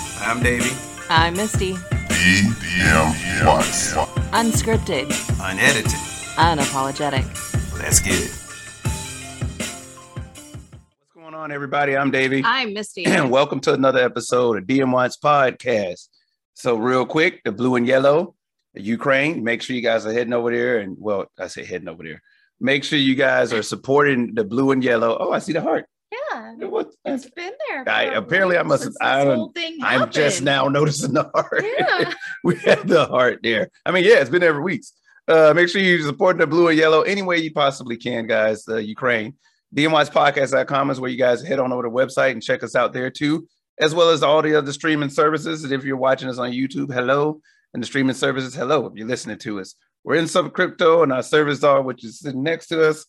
I'm Davey. I'm Misty. DM Watts. Unscripted, Unedited. unapologetic. Let's get it. What's going on, everybody? I'm Davey. I'm Misty. and welcome to another episode of DM Watts Podcast. So, real quick, the blue and yellow, Ukraine. Make sure you guys are heading over there. And well, I say heading over there. Make sure you guys are supporting the blue and yellow. Oh, I see the heart. Yeah, What- it's been there. I- probably apparently I must- since I this don't- whole thing I'm just happened. now noticing the heart. Yeah, we had the heart there. I mean, yeah, it's been every week. Uh, make sure you support the blue and yellow any way you possibly can, guys. The Ukraine. DMWatchPodcast.com is where you guys head on over to the website and check us out there too, as well as all the other streaming services. And if you're watching us on YouTube, hello. And the streaming services, hello. If you're listening to us, we're in some crypto and our service dog, which is sitting next to us,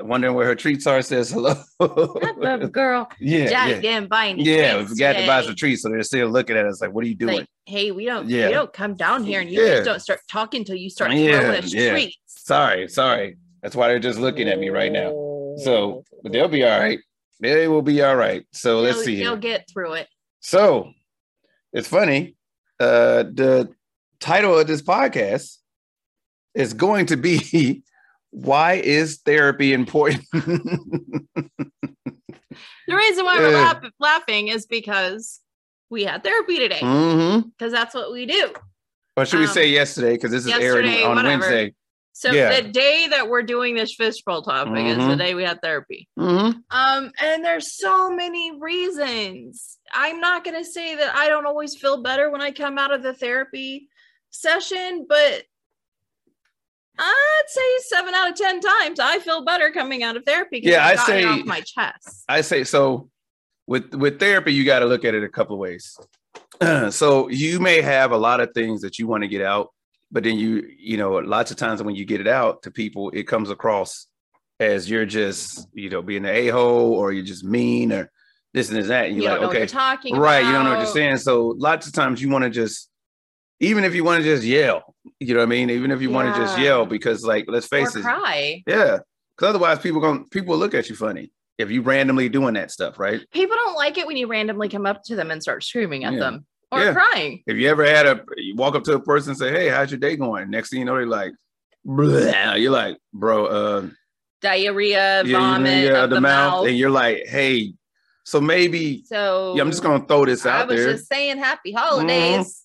wondering where her treats are, says hello. that little girl. yeah. Johnny Yeah. getting buying. Yeah, we treats forgot to buy today. some treats, so they're still looking at us like, "What are you doing?" Like, hey, we don't. Yeah. We don't come down here, and you Yeah. just don't start talking until you start Yeah, throwing us yeah. treats. Sorry, sorry. That's why they're just looking at me right now. So but they'll be all right. They will be all right. So let's They'll- see. They'll Here. get through it. So it's funny. Uh, the title of this podcast is going to be "Why Is Therapy Important?" The reason why we're Yeah. laugh- laughing is because we had therapy today, Mhm. because that's what we do. Or should we Um, say yesterday? Because this is airing yesterday, on whatever. Wednesday. So Yeah. the day that we're doing this fishbowl topic is the Mhm. day we had therapy. Mhm. Um, and there's so many reasons. I'm not gonna say that I don't always feel better when I come out of the therapy session, but I'd say seven out of ten times I feel better coming out of therapy. 'cause Yeah, I've I gotten it say- off my chest. I say so. With with therapy, you got to look at it a couple of ways. so you may have a lot of things that you want to get out, but then you you know lots of times when you get it out to people, it comes across as you're just you know being an a hole or you're just mean or this and this and that. And You you're don't like, know what okay, you're talking right? You don't know what you're about. saying. So lots of times you want to just, even if you want to just yell, you know what I mean? Even if you want to just Yeah. yell, because like let's face or it, cry. yeah, because otherwise people going people look at you funny if you randomly doing that stuff, right? People don't like it when you randomly come up to them and start screaming at Yeah. them or Yeah. crying. If you ever had a you walk up to a person and say, "Hey, how's your day going?" Next thing you know, they're like, "Blah," you're like, "Bro, uh, Diarrhea, yeah, vomit, yeah, up the, mouth. and you're like, "Hey, so maybe So yeah, I'm just gonna throw this I out was there." Mm-hmm. just saying happy holidays.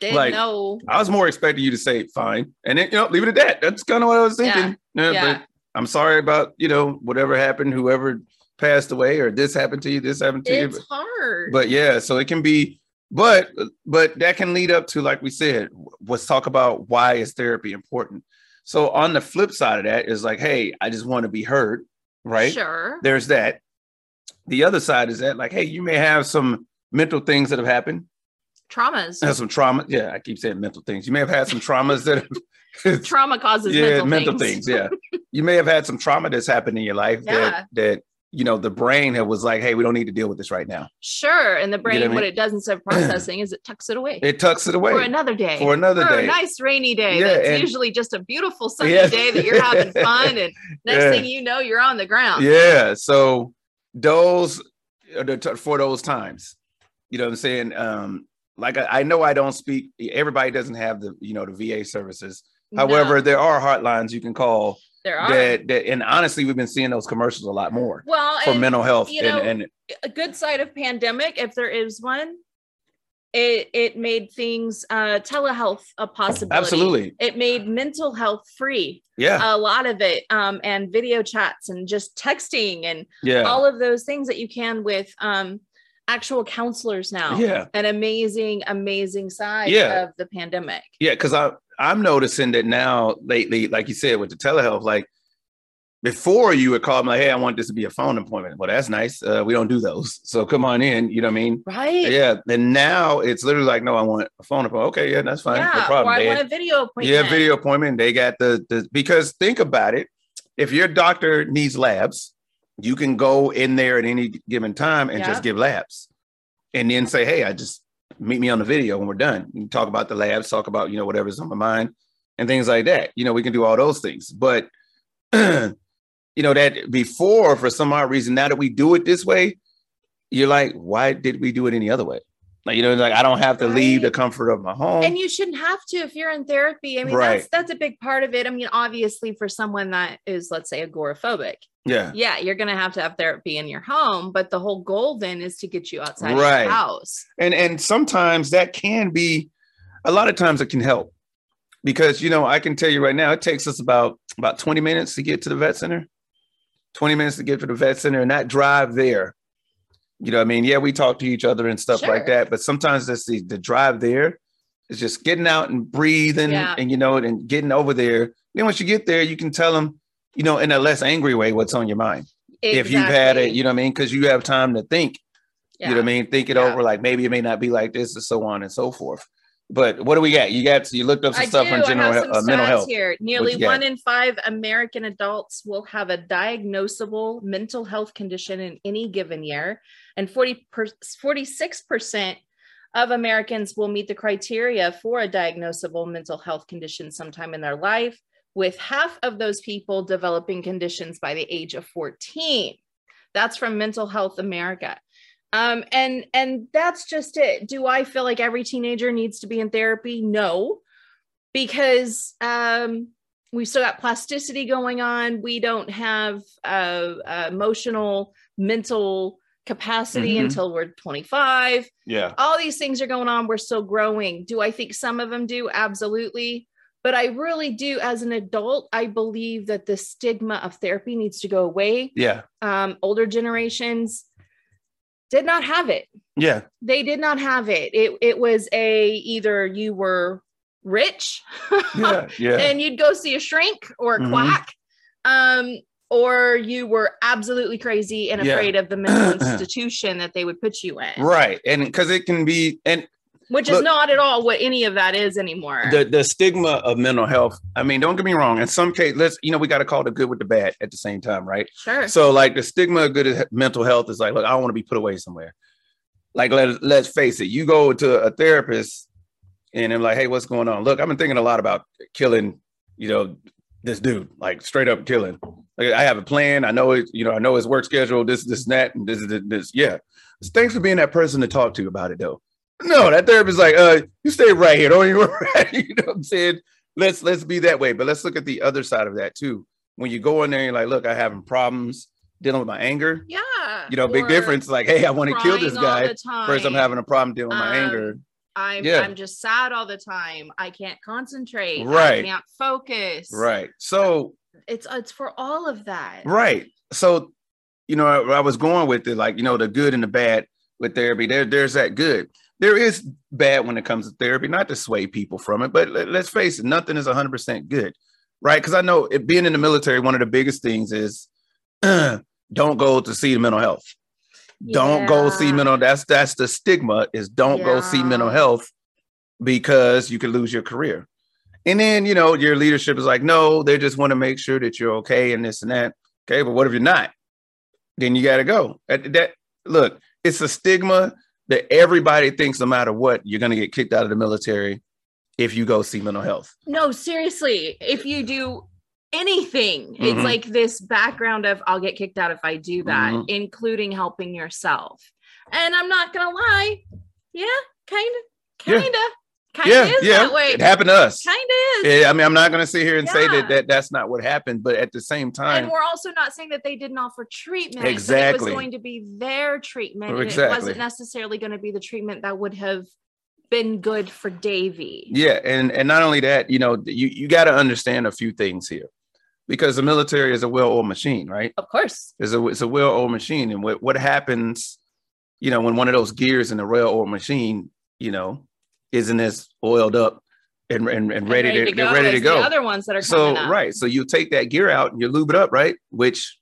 Didn't Like, know. I was more expecting you to say "fine," and then you know, leave it at that. That's kind of what I was Yeah, thinking. Yeah, yeah. but I'm sorry about you know whatever happened, whoever passed away, or this happened to you, this happened to you. It's hard. but yeah so it can be but but that can lead up to like we said w- let's talk about why is therapy important so on the flip side of that is like hey i just want to be heard right Sure. there's that the other side is that like hey you may have some mental things that have happened Traumas. and some trauma yeah i keep saying mental things you may have had some traumas that have Trauma causes yeah, mental, things. yeah you may have had some trauma that's happened in your life Yeah. that that you know the brain had- was like hey we don't need to deal with this right now Sure. And the what I brain, what, mean? it doesn't start processing is it tucks it away it tucks it away for another day. for another For day a nice rainy day. Yeah, that's and- usually just a beautiful sunny Yeah. day that you're having fun. And next Yeah. thing you know, you're on the ground. yeah so those are the t- for those times you know what i'm saying um like I, I know i don't speak everybody doesn't have the you know the va services No, however there are hotlines you can call there are. that, that and honestly we've been seeing those commercials a lot more well, for and mental health you and, know, and a good side of pandemic, if there is one, it it made things uh telehealth a possibility. absolutely It made mental health free. yeah A lot of it, um, and video chats and just texting and yeah all of those things that you can with um actual counselors now. yeah An amazing, amazing side Yeah. of the pandemic. yeah because i i'm noticing that now lately like you said with the telehealth like before you would call me like hey i want this to be a phone appointment well that's nice uh, we don't do those so come on in you know what i mean Right. yeah and now it's literally like no i want a phone appointment okay yeah that's fine no Yeah, or problem I They- want a video appointment. yeah video appointment they got the, the because think about it if your doctor needs labs you can go in there at any given time and just Yeah. give labs and then say hey i just meet me on the video when we're done you can talk about the labs talk about you know whatever's on my mind and things like that you know we can do all those things but you know that before for some odd reason now that we do it this way you're like why did we do it any other way Like, you know, like I don't have to leave the Right. comfort of my home. and you shouldn't have to if you're in therapy. I mean, Right. that's that's a big part of it. I mean, obviously, for someone that is, let's say, agoraphobic, yeah. yeah, you're gonna have to have therapy in your home. But the whole goal then is to get you outside Right. of your house. And and sometimes that can be a lot of times it can help. Because you know, I can tell you right now, it takes us about about 20 minutes to get to the vet center. 20 minutes to get to the vet center and not drive there. You know what I mean? Yeah, we talk to each other and stuff like Sure. that, but sometimes that's the, the drive there is just getting out and breathing Yeah. and you know and getting over there. Then once you get there, you can tell them, you know, in a less angry way what's on your mind. If you've had it, Exactly. you know what I mean? Because you have time to think. You know what I Yeah. mean? Think it Yeah. over, like maybe it may not be like this, and so on and so forth. But what do we got? You got you looked up some stuff on general he- uh, mental stats health. here. Nearly got? one in five American adults will have a diagnosable mental health condition in any given year, and 40 per, 46% of Americans will meet the criteria for a diagnosable mental health condition sometime in their life, with half of those people developing conditions by the age of 14. That's from Mental Health America. Um, and and that's just it. Do I feel like every teenager needs to be in therapy? No because um, we've still got plasticity going on. We don't have uh, uh, emotional, mental capacity Mhm. until we're 25. Yeah. All these things are going on. We're still growing. Do I think some of them do? Absolutely. But I really do, as an adult, I believe that the stigma of therapy needs to go away. Yeah. Um, older generations did not have it Yeah. they did not have it. It it was a either you were rich Yeah. Yeah. and you'd go see a shrink or a Mhm. quack, um, or you were absolutely crazy and Yeah. afraid of the mental institution that they would put you in, right. And because it can be and which is Look- not at all what any of that is anymore. the the stigma of mental health. I mean, don't get me wrong. In some case, let's you know we got to call the good with the bad at the same time, right? sure. So like the stigma of good he- mental health is like, look, I don't want to be put away somewhere. Like let let's face it, you go to a therapist and I'm like, hey, what's going on? Look, I've been thinking a lot about killing, you know, this dude, like straight up killing. Like I have a plan. I know it, you know, I know his work schedule, this, this, and that, and this, this, this. Yeah. Thanks for being that person to talk to about it though. No, that therapist like, uh, you stay right here. Don't you worry. you know what I'm saying? Let's let's be that way. But let's look at the other side of that too when you go in there, you're like, look, I having problems dealing with my anger. yeah. You know, big Or difference. Like, hey, I want to kill this crying all guy. the time. First, I'm having a problem dealing with my Um, anger. I'm, yeah. I'm just sad all the time. I can't concentrate. Right. I can't focus. Right. So, It's it's for all of that. right. So, you know, I, I was going with it, like, you know, the good and the bad with therapy. There, there's that good. There is bad when it comes to therapy, not to sway people from it, but let, let's face it, nothing is 100% good. Right. Cause I know it, being in the military, one of the biggest things is don't go to see the mental health. don't go see Yeah. mental that's that's the stigma is don't go see mental Yeah. health because you could lose your career and then you know your leadership is like no they just want to make sure that you're okay and this and that okay but what if you're not then you got to go That- that look it's a stigma that everybody thinks no matter what you're going to get kicked out of the military if you go see mental health No, seriously, if you do anything, Mhm. it's like this background of I'll get kicked out if I do that, Mhm. including helping yourself. And I'm not gonna lie, yeah, kind of, Yeah. kind of, kind of is that way. it happened to us Kind of is. yeah, I mean, I'm not going to sit here and say Yeah. that, that that's not what happened, but at the same time, And we're also not saying that they didn't offer treatment. It Exactly. was going to be their treatment. and It Exactly. wasn't necessarily going to be the treatment that would have been good for Davy. Yeah, and and not only that, you know, you you got to understand a few things here, because the military is a well-oiled machine, right? Of course. It's a it's a well-oiled machine, and what what happens, you know, when one of those gears in the railroad machine, you know, isn't as oiled up and and, and ready, to, they're ready is to go. The other ones that are so coming up. right, so you take that gear out and you lube it up, right? Which,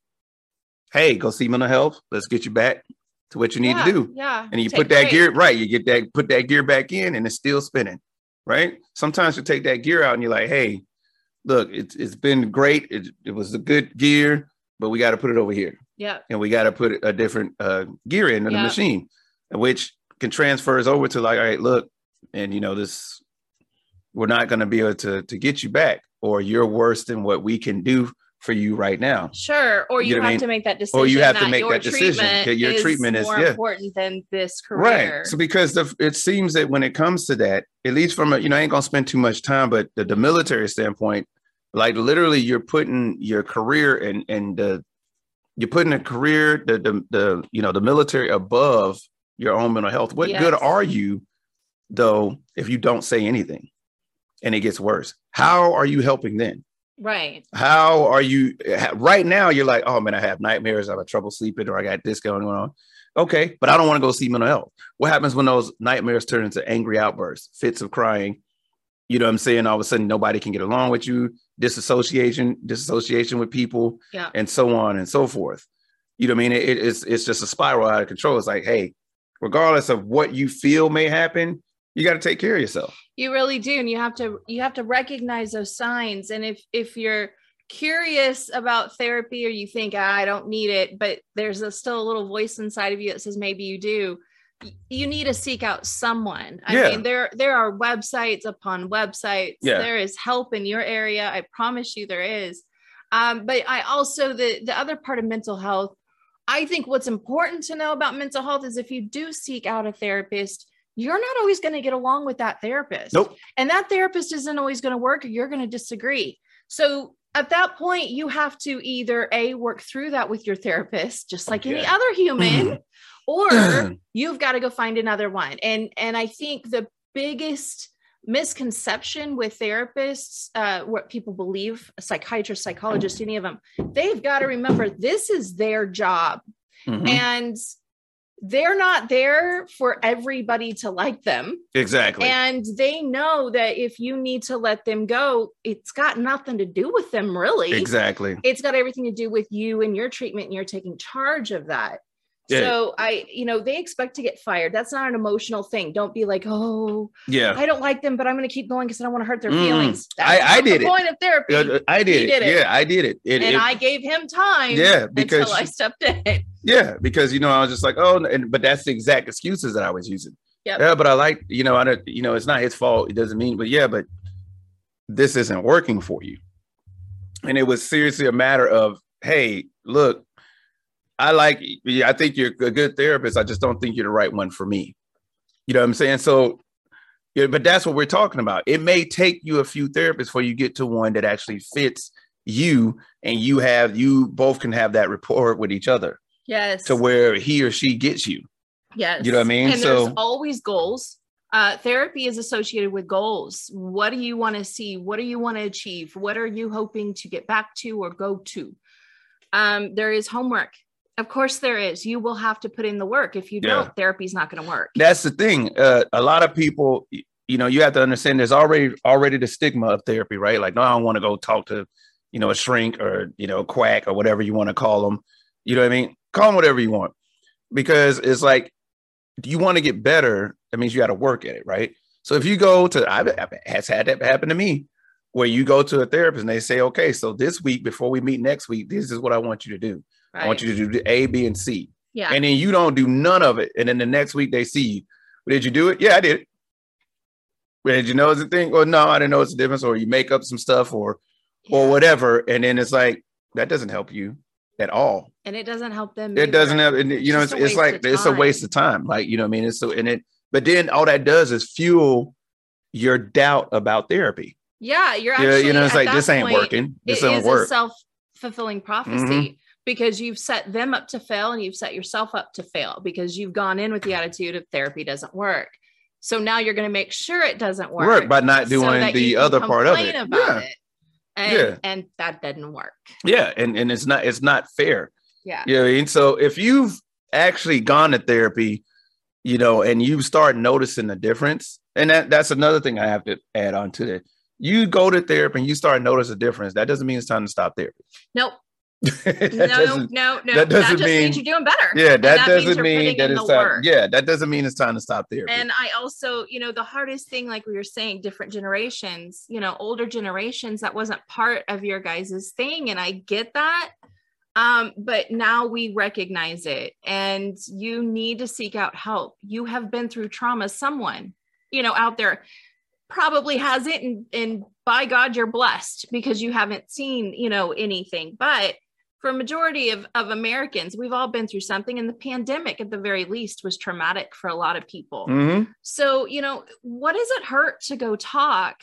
hey, go see mental health. Let's get you back to what you need yeah, to do Yeah. and you Take put that breaks. gear right you get that put that gear back in and it's still spinning right sometimes you take that gear out and you're like hey look it's, it's been great it, it was a good gear but we got to put it over here Yeah. and we got to put a different uh, gear into the Yeah. machine which can transfers over to like all right look and you know this we're not going to be able to to get you back or you're worse than what we can do for you right now. Sure. Or You you, know what have I mean? to make that decision. Or you have to that make your that decision, that your treatment is- more yeah. important than this career. Right. So because the, it seems that when it comes to that, at least from a, you know, I ain't gonna spend too much time, but the, the military standpoint, like literally you're putting your career and and the you're putting a career, the the, the you know, the military above your own mental health. What good Yes. are you though if you don't say anything and it gets worse? How are you helping then? right. how are you ha- right now you're like oh man i have nightmares i have trouble sleeping or i got this going on okay but i don't want to go see mental health what happens when those nightmares turn into angry outbursts fits of crying you know what i'm saying all of a sudden nobody can get along with you disassociation disassociation with people Yeah. and so on and so forth you know what i mean it, it's it's just a spiral out of control it's like hey regardless of what you feel may happen you got to take care of yourself You really do. And you have to you have to recognize those signs. And if if you're curious about therapy or you think "Ah, I don't need it, but there's a, still a little voice inside of you that says maybe you do, y- you need to seek out someone. I Yeah. mean, there there are websites upon websites. Yeah. There is help in your area. I promise you there is. Um, but I also the the other part of mental health, I think what's important to know about mental health is if you do seek out a therapist, you're not always going to get along with that therapist. Nope. And that therapist isn't always going to work or you're going to disagree. So at that point, you have to either A, work through that with your therapist, just like any Yeah. other human, or Mm-hmm. you've got to go find another one. And and I think the biggest misconception with therapists, uh, what people believe, psychiatrists, psychologists, any of them, they've got to remember this is their job Mhm. and they're not there for everybody to like them. exactly And they know that if you need to let them go, it's got nothing to do with them, really. exactly It's got everything to do with you and your treatment, and you're taking charge of that. Yeah. So I, you know, they expect to get fired. That's not an emotional thing. Don't be like, oh, yeah I don't like them, but I'm going to keep going because I don't want to hurt their Mm. feelings. I- That's I not did the it. point of therapy. Yeah, uh, I did He it. did it. Yeah, I did it. It- and it- I gave him time. yeah, because until I stepped in. yeah, because you know I was just like, oh, and, but that's the exact excuses that I was using. Yep. Yeah, but I like you know I don't you know it's not his fault. It doesn't mean, but yeah, but this isn't working for you. And it was seriously a matter of, hey, look, I like I think you're a good therapist. I just don't think you're the right one for me. You know what I'm saying? So, yeah, but that's what we're talking about. It may take you a few therapists before you get to one that actually fits you and you have you both can have that rapport with each other Yes. to where he or she gets you. Yes. You know what I mean? And So- there's always goals. Uh, therapy is associated with goals. What do you want to see? What do you want to achieve? What are you hoping to get back to or go to? Um, there is homework. Of course, there is. You will have to put in the work. If you Yeah. don't, therapy's not going to work. That's the thing. Uh, a lot of people, y- you know, you have to understand there's already already the stigma of therapy, right? Like, no, I don't want to go talk to, you know, a shrink or you know, quack or whatever you want to call them. You know what I mean? Call them whatever you want, because it's like you want to get better. That means you got to work at it, right? So if you go to, I've, I've has had that happen to me, where you go to a therapist and they say, okay, so this week before we meet next week, this is what I want you to do. I want right? you to do A, B, and C yeah. and then you don't do none of it. And then the next week they see you. Well, did you do it? Yeah, I did. it. Well, did you know it's a thing? Or no, I didn't know it's a difference. Or you make up some stuff or or whatever. And then it's like that doesn't help you at all. and it doesn't help them. It either. doesn't have and, you know, It's it's, just a it's waste like of it's a waste of time. Like, you know what I mean? It's so and it but then all that does is fuel your doubt about therapy. Yeah. You're Yeah, actually, you know, it's at like that this ain't point, working. This It doesn't is a work. Mm-hmm. self fulfilling prophecy because you've set them up to fail and you've set yourself up to fail because you've gone in with the attitude of therapy doesn't work. So now you're going to make sure it doesn't work, Work by not so doing that you the can other part of complain it. about Yeah. it. And, Yeah. and that didn't work. Yeah. And and it's not it's not fair. Yeah. Yeah, and so if you've actually gone to therapy, you know, and you start noticing the difference, and that that's another thing I have to add on to that. You go to therapy and you start noticing a difference. That doesn't mean it's time to stop therapy. Nope. that No, no, doesn't- no, no. that That, doesn't just means mean- you're doing better. yeah, that, And that means doesn't you're mean putting that in it's the time. work. Yeah, that doesn't mean it's time to stop therapy. And I also, you know, the hardest thing, like we were saying, different generations, you know, older generations, that wasn't part of your guys' thing. And I get that. Um, but now we recognize it and you need to seek out help. You have been through trauma, someone, you know, out there. probably hasn't and, and by god you're blessed because you haven't seen you know anything but for a majority of, of americans we've all been through something and the pandemic at the very least was traumatic for a lot of people Mhm. so you know what does it hurt to go talk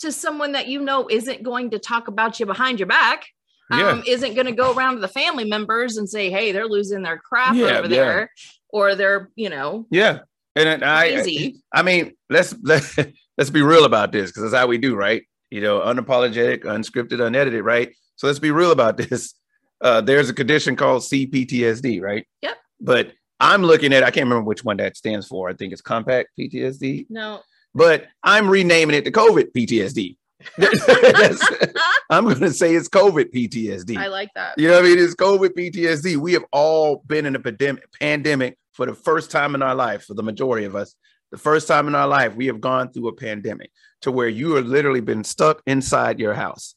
to someone that you know isn't going to talk about you behind your back Yeah. um, isn't going to go around to the family members and say hey they're losing their crap Yeah, over yeah. there or they're you know Yeah. And, then I, crazy I mean, let's let, let's be real about this because that's how we do, right? You know, unapologetic, unscripted, unedited, right? So let's be real about this. Uh, there's a condition called CPTSD, right? Yep. But I'm looking at I can't remember which one that stands for. I think it's compact PTSD, no but I'm renaming it to COVID PTSD. That's- I'm going to say it's COVID PTSD. i like that You know what I mean? It's COVID PTSD. We have all been in a pandemic, pandemic for the first time in our life, for the majority of us. The first time in our life, we have gone through a pandemic to where you have literally been stuck inside your house.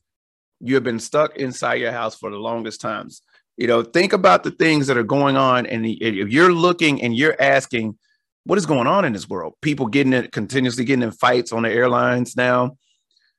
You have been stuck inside your house for the longest times. You know, think about the things that are going on. And if you're looking and you're asking, what is going on in this world? People getting it continuously getting in fights on the airlines now.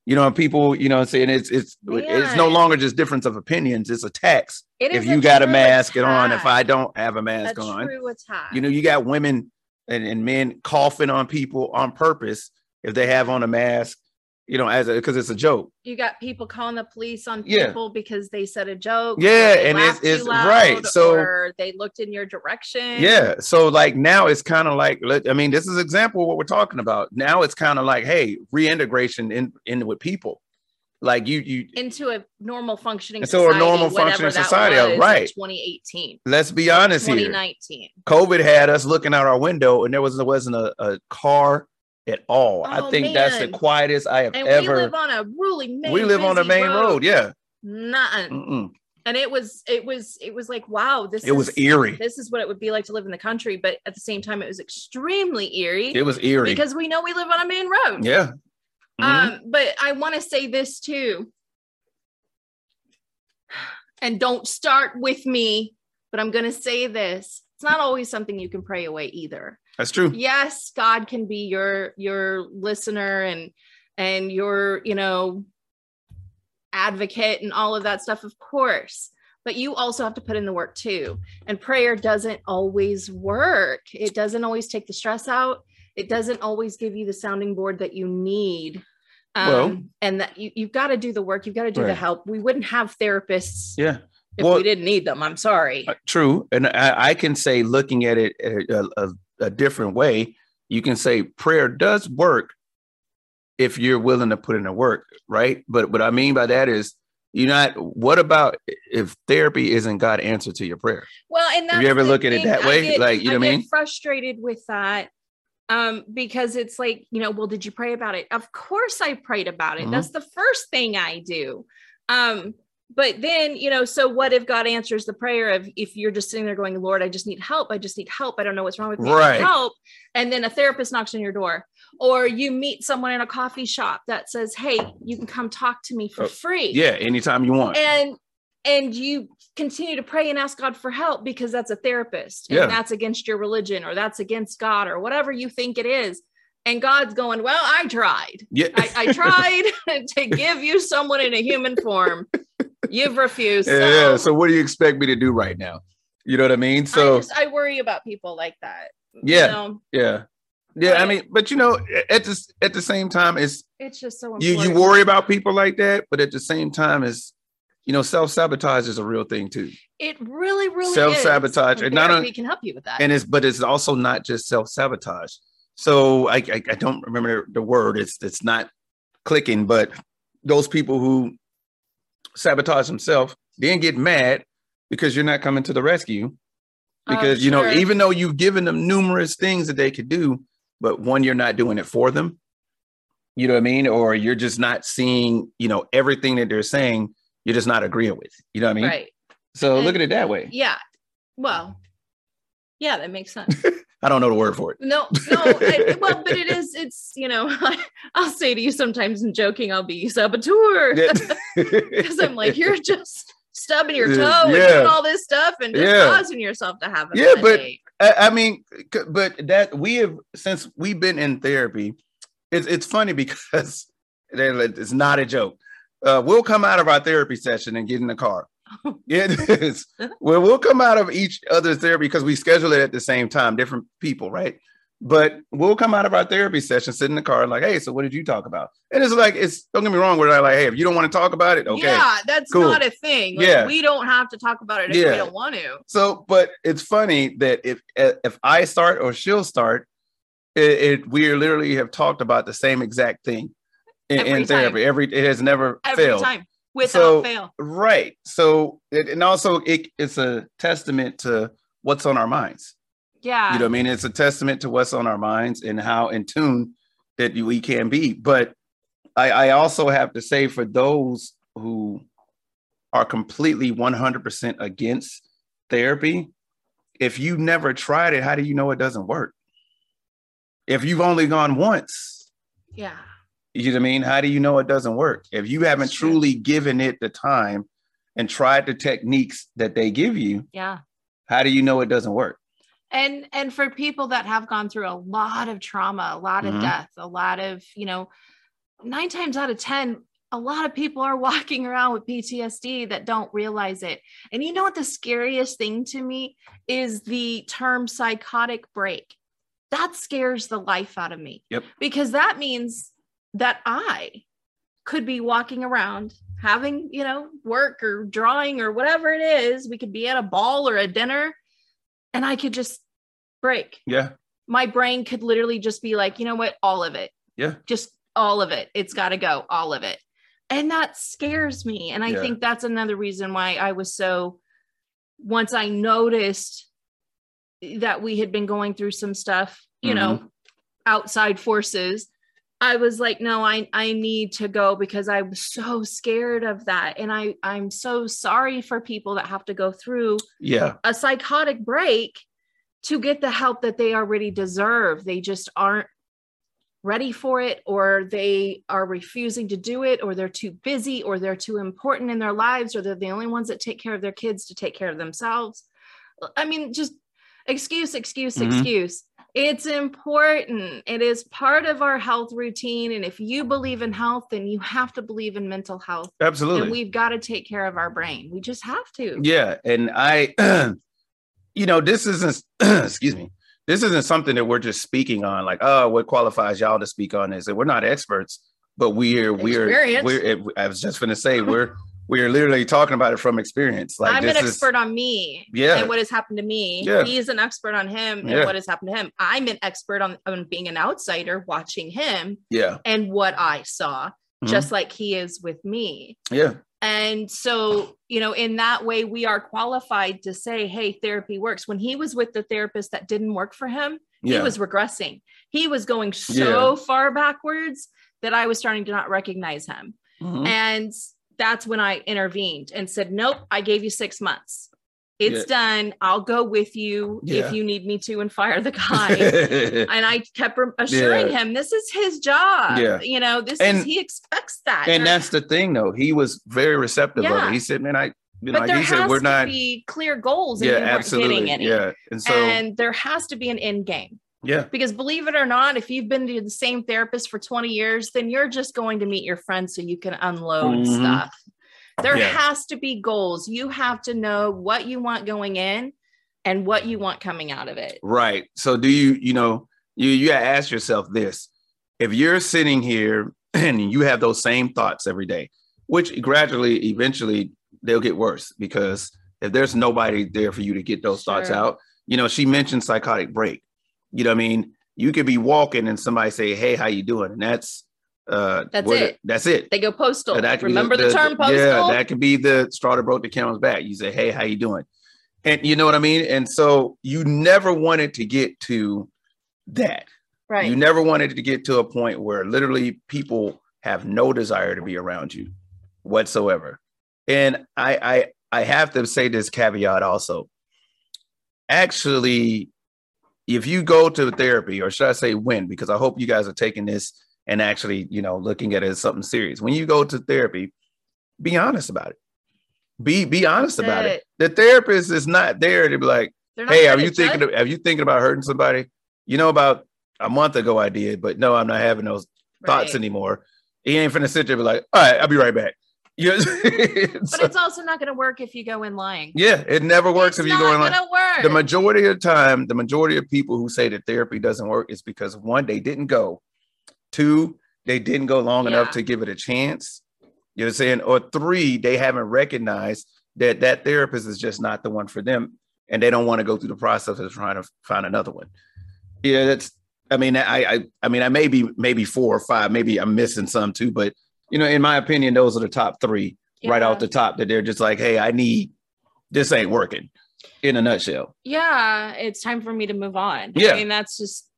You know, and people, you know, what I'm saying it's it's it's no Man. longer just difference of opinions, it's a tax It if is you a got a true mask it on, if I attack. don't have a mask a on, true attack. you know, you got women and, and men coughing on people on purpose if they have on a mask, you know, as a because it's a joke. you got people calling the police on Yeah. people because they said a joke. Yeah, they and it's- laughed too it's- right, loud, so- or they looked in your direction. Yeah. So like now it's kind of like let- I mean, this is example of what we're talking about. Now it's kind of like, hey, reintegration in, in with people. Like you you into a normal functioning. And so a society, normal whatever functioning that society, was in right. 2018, let's be honest here. 2019. COVID had us looking out our window and there was there wasn't a, a car at all. I Oh, think that's the man. quietest I have And ever we live on a really main we live on the busy main road. Yeah. Nothing. Mm-mm. And it was, it was, it was like, wow, this. It was is- eerie. This is what it would be like to live in the country, but at the same time, it was extremely eerie It was eerie. because we know we live on a main road. yeah. Mhm. Um, but I want to say this too. And don't start with me, but I'm going to say this. It's not always something you can pray away either. That's true. Yes, God can be your your listener and and your, you know, advocate and all of that stuff of course. But you also have to put in the work too. And prayer doesn't always work. It doesn't always take the stress out. It doesn't always give you the sounding board that you need. Um, Well- and that you, you've got to do the work. You've got to do the Right. help. We wouldn't have therapists Yeah. if Well- we didn't need them. I'm sorry. Uh, True. And I, I can say, looking at it a, a- a- a different way, you can say prayer does work if you're willing to put in the work, right? But what I mean by that is, you're not, what about if therapy isn't God answer to your prayer? Well, and that's Have you ever the look at it thing. that I way? get- Like, you know what I get mean? Frustrated with that, um, because it's like you know, well, did you pray about it? Of course, I prayed about it. Mhm. That's the first thing I do. Um, but then you know, so what if God answers the prayer of if you're just sitting there going, Lord, I just need help. I just need help. I don't know what's wrong with me. I need Right. Help. And then a therapist knocks on your door, or you meet someone in a coffee shop that says, Hey, you can come talk to me for Oh, free Yeah. Anytime you want. and and you continue to pray and ask God for help because that's a therapist and Yeah. that's against your religion or that's against God or whatever you think it is. And God's going, Well, I tried. yeah. I, I tried to give you someone in a human form. You've refused. So, yeah. yeah. So, what do you expect me to do right now? You know what I mean? So, I, just, I worry about people like that. Yeah. You know, yeah. Yeah. I Right. mean, but you know, a- at this, at the same time, it's, it's just so you you important. worry about people like that, but at the same time, it's you know self sabotage is a real thing too, It really, really is. Self-sabotage. And And not therapy only- can help you with that. and it's but it's also not just self sabotage. So I, I I don't remember the word. It's it's not clicking, but those people who sabotage themselves then get mad because you're not coming to the rescue Um, because you know sure. even though you've given them numerous things that they could do but one you're not doing it for them you know what i mean or you're just not seeing you know everything that they're saying you're just not agreeing with you know what i mean right. so look And- at it that way Yeah. Well, yeah, that makes sense. i don't know the word for it No, no. I, well, but it is. It's you know. I'll say to you sometimes in joking, I'll be saboteur because because I'm like, you're just stubbing your toe and Yeah. doing all this stuff and just Yeah. causing yourself to have a Yeah, bad but- day. I, I mean, c- but that we have since we've been in therapy, it's it's funny because they're like, it's not a joke. Uh, we'll come out of our therapy session and get in the car. it is. Well, we'll come out of each other's therapy because we schedule it at the same time, different people, right? But we'll come out of our therapy session, sit in the car, and like, hey, so what did you talk about? And it's like, it's don't get me wrong, we're like, hey, if you don't want to talk about it, okay. Yeah, that's cool. not a thing. Like, Yeah. we don't have to talk about it if Yeah. we don't want to. So, but it's funny that if eh, if I start or she'll start, it, it we literally have talked about the same exact thing in, Every in therapy. Every it has never Every failed. time, without So- fail. Right. So, it, and also it, it's a testament to what's on our minds. Yeah. You know what I mean? It's a testament to what's on our minds and how in tune that we can be. But I, I also have to say for those who are completely 100% against therapy, if you've never tried it, how do you know it doesn't work? If you've only gone once, yeah. you know what I mean? How do you know it doesn't work? If you haven't That's true. truly given it the time and tried the techniques that they give you, Yeah. how do you know it doesn't work? And and for people that have gone through a lot of trauma, a lot Mhm. of death, a lot of, you know, 9 times out of 10 a lot of people are walking around with PTSD that don't realize it. And you know what the scariest thing to me is the term psychotic break. That scares the life out of me. Yep. Because that means that I could be walking around having, you know, work or drawing or whatever it is. We could be at a ball or a dinner and I could just break. Yeah. My brain could literally just be like, you know what? All of it. Yeah. Just all of it. It's got to go. All of it. And that scares me. And I Yeah. think that's another reason why I was so, once I noticed that we had been going through some stuff, you Mm-hmm. know, outside forces. I was like, no, I, I need to go because I'm so scared of that. And I, I'm so sorry for people that have to go through Yeah. a psychotic break to get the help that they already deserve. They just aren't ready for it, or they are refusing to do it, or they're too busy, or they're too important in their lives, or they're the only ones that take care of their kids to take care of themselves. I mean, just excuse, excuse, Mhm. excuse. It's important. It is part of our health routine. And if you believe in health, then you have to believe in mental health. Absolutely. And we've got to take care of our brain. We just have to. yeah, and I, you know, this isn't. excuse me. This isn't something that we're just speaking on. Like, oh, what qualifies y'all to speak on this? And we're not experts, but we're we're Experience. we're. I was just gonna say we're we're literally talking about it from experience. Like I'm an this is expert on me Yeah. and what has happened to me. Yeah. He's an expert on him and Yeah. what has happened to him. I'm an expert on, on being an outsider watching him yeah, and what I saw, Mhm. just like he is with me. yeah, And so, you know, in that way, we are qualified to say, hey, therapy works. When he was with the therapist that didn't work for him, yeah. he was regressing. He was going so far backwards that I was starting to not recognize him. Mhm. And that's when I intervened and said, Nope, I gave you six months. It's done. I'll go with you Yeah. if you need me to and fire the guy. and I kept rem- assuring him this is his job. Yeah. You know, this And- is he expects that. and There- that's the thing, though. He was very receptive of Yeah. it. He said, "Man, I." You know, but like there he said, has "We're to not." be clear goals and yeah, you weren't absolutely. getting any. Yeah, and so and there has to be an end game. yeah, Because believe it or not, if you've been to the same therapist for 20 years, then you're just going to meet your friends so you can unload Mhm. stuff. There Yeah. has to be goals. You have to know what you want going in and what you want coming out of it. Right. So do you, you know, you you gotta ask yourself this. If you're sitting here and you have those same thoughts every day, which gradually eventually they'll get worse because if there's nobody there for you to get those thoughts Sure. out, you know, she mentioned psychotic break. You know what I mean? You could be walking and somebody say, Hey, how you doing? And that's uh That's what- it. That's it. They go postal. And that could be Remember the, term postal? Yeah, that could be the straw that broke the camel's back. You say, "Hey, how you doing?" And you know what I mean. And so you never wanted to get to that. right. You never wanted to get to a point where literally people have no desire to be around you whatsoever. And I I I have to say this caveat also. Actually, if you go to therapy, or should I say when, because I hope you guys are taking this and actually, you know, looking at it as something serious. When you go to therapy, be honest about it. Be be honest about it. The therapist is not there to be like, They're not hey, there are to you thinking? judge. Of, are you thinking about hurting somebody? You know, about a month ago I did, but no, I'm not having those thoughts Right. anymore. He ain't finna sit there and be like, all right, I'll be right back. You know, But so- it's also not going to work if you go in lying. yeah, it never works it's if you not go in like gonna work. the majority of the time, the majority of people who say that therapy doesn't work is because one, they didn't go, two, they didn't go long Yeah. enough to give it a chance. You know what I'm saying? Or three, they haven't recognized that that therapist is just not the one for them and they don't want to go through the process of trying to find another one. Yeah, that's I mean, I I I mean I may be maybe four or five, maybe I'm missing some too, but you know, in my opinion, those are the top three right Yeah. off the top that they're just like, hey, I need this ain't working in a nutshell. yeah, it's time for me to move on. Yeah. I mean, that's just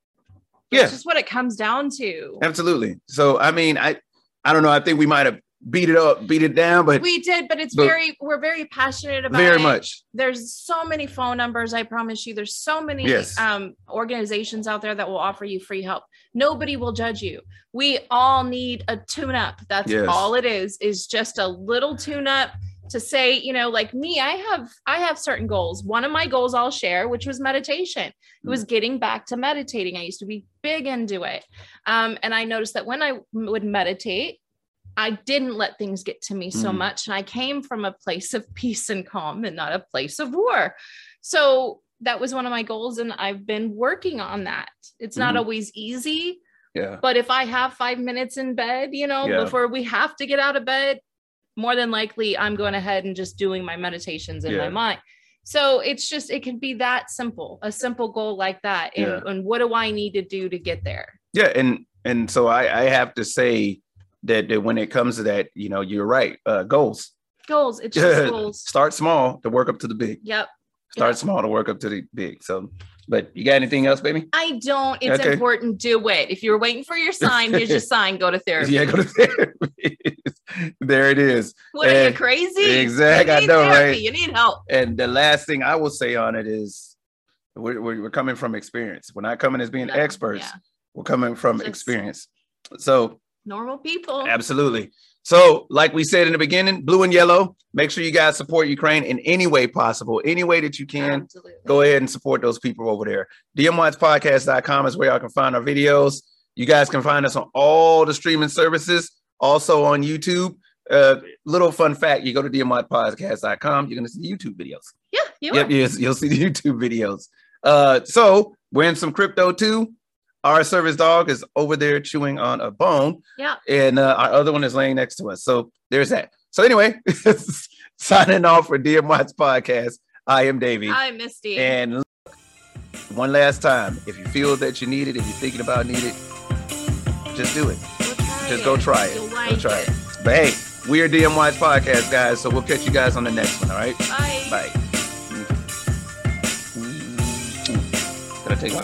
that's Yeah, just what it comes down to. absolutely. So I mean, I I don't know. I think we might have beat it up, beat it down, but We did, but it's But- very we're very passionate about very it. much. There's so many phone numbers, I promise you. There's so many Yes. um organizations out there that will offer you free help. Nobody will judge you. We all need a tune up. That's Yes. all it is, is just a little tune up to say, you know, like me, I have I have certain goals. One of my goals I'll share, which was meditation. It was getting back to meditating. I used to be big into it. Um, and I noticed that when I m- would meditate, I didn't let things get to me so Mm. much. And I came from a place of peace and calm and not a place of war. So that was one of my goals. And I've been working on that. It's not Mhm. always easy, Yeah, but if I have five minutes in bed, you know, Yeah. before we have to get out of bed, more than likely I'm going ahead and just doing my meditations in my Yeah. mind. So it's just, it can be that simple, a simple goal like that. And, Yeah. and what do I need to do to get there? yeah, and and so I I have to say that that when it comes to that, you know, you're right. Uh, goals Goals. It's just goals. start small to work up to the big. Yep. Start Yeah. small to work up to the big. So, but you got anything else, baby? I don't. It's Okay. important. Do it. If you're waiting for your sign, here's your sign. Go to therapy. Yeah, go to therapy. there it is. What are Eh, you crazy? exact, You I need know, therapy. right? You need help. And the last thing I will say on it is we're, we're, we're coming from experience. We're not coming as being No, experts, yeah. we're coming from Just- Oh. experience. So, Normal people. absolutely. So, like we said in the beginning, blue and yellow, make sure you guys support Ukraine in any way possible, any way that you can. Absolutely. Go ahead and support those people over there. DMWatchPodcast.com is where y'all can find our videos. You guys can find us on all the streaming services, also on YouTube. Uh, little fun fact you go to DMWatchPodcast.com, you're going to see the YouTube videos. Yeah, you Yep, are. yes, you'll see the YouTube videos. Uh, so we're in some crypto too. Our service dog is over there chewing on a bone, Yeah. and uh, our other one is laying next to us. So there's that. So anyway, signing off for DM Watts podcast. I am Davey, I missed you. and look, one last time, if you feel that you need it, if you're thinking about need it, just do it. Just go try it. You'll go like try it. it. But hey, we are DM Watts podcast guys. So we'll catch you guys on the next one. All right. Bye. Bye. Can I take my